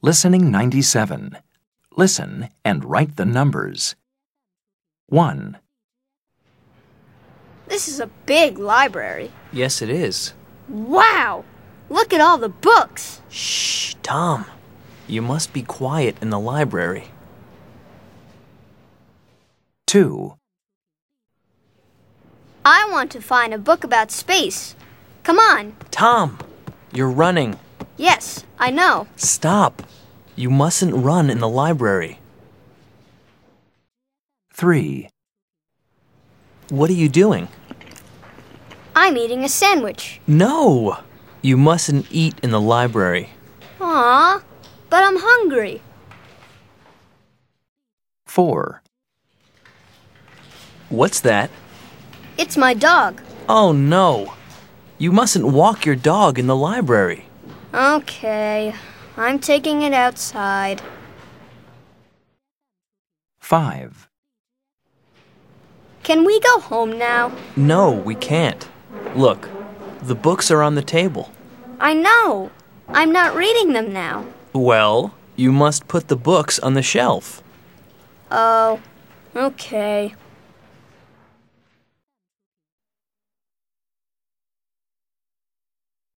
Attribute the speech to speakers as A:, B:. A: Listening 97. Listen and write the numbers. 1,
B: This is a big library.
C: Yes, it is.
B: Wow! Look at all the books.
C: Shh, Tom. You must be quiet in the library.
A: 2,
B: I want to find a book about space. Come on.
C: Tom, you're running.
B: Yes, I know.
C: Stop. You mustn't run in the library.
A: 3,
C: What are you doing?
B: I'm eating a sandwich.
C: No! You mustn't eat in the library.
B: Aw, but I'm hungry.
A: 4,
C: What's that?
B: It's my dog.
C: Oh no! You mustn't walk your dog in the library.
B: Okay, I'm taking it outside.
A: 5,
B: Can we go home now?
C: No, we can't. Look, the books are on the table.
B: I know. I'm not reading them now.
C: Well, you must put the books on the shelf.
B: Oh, okay.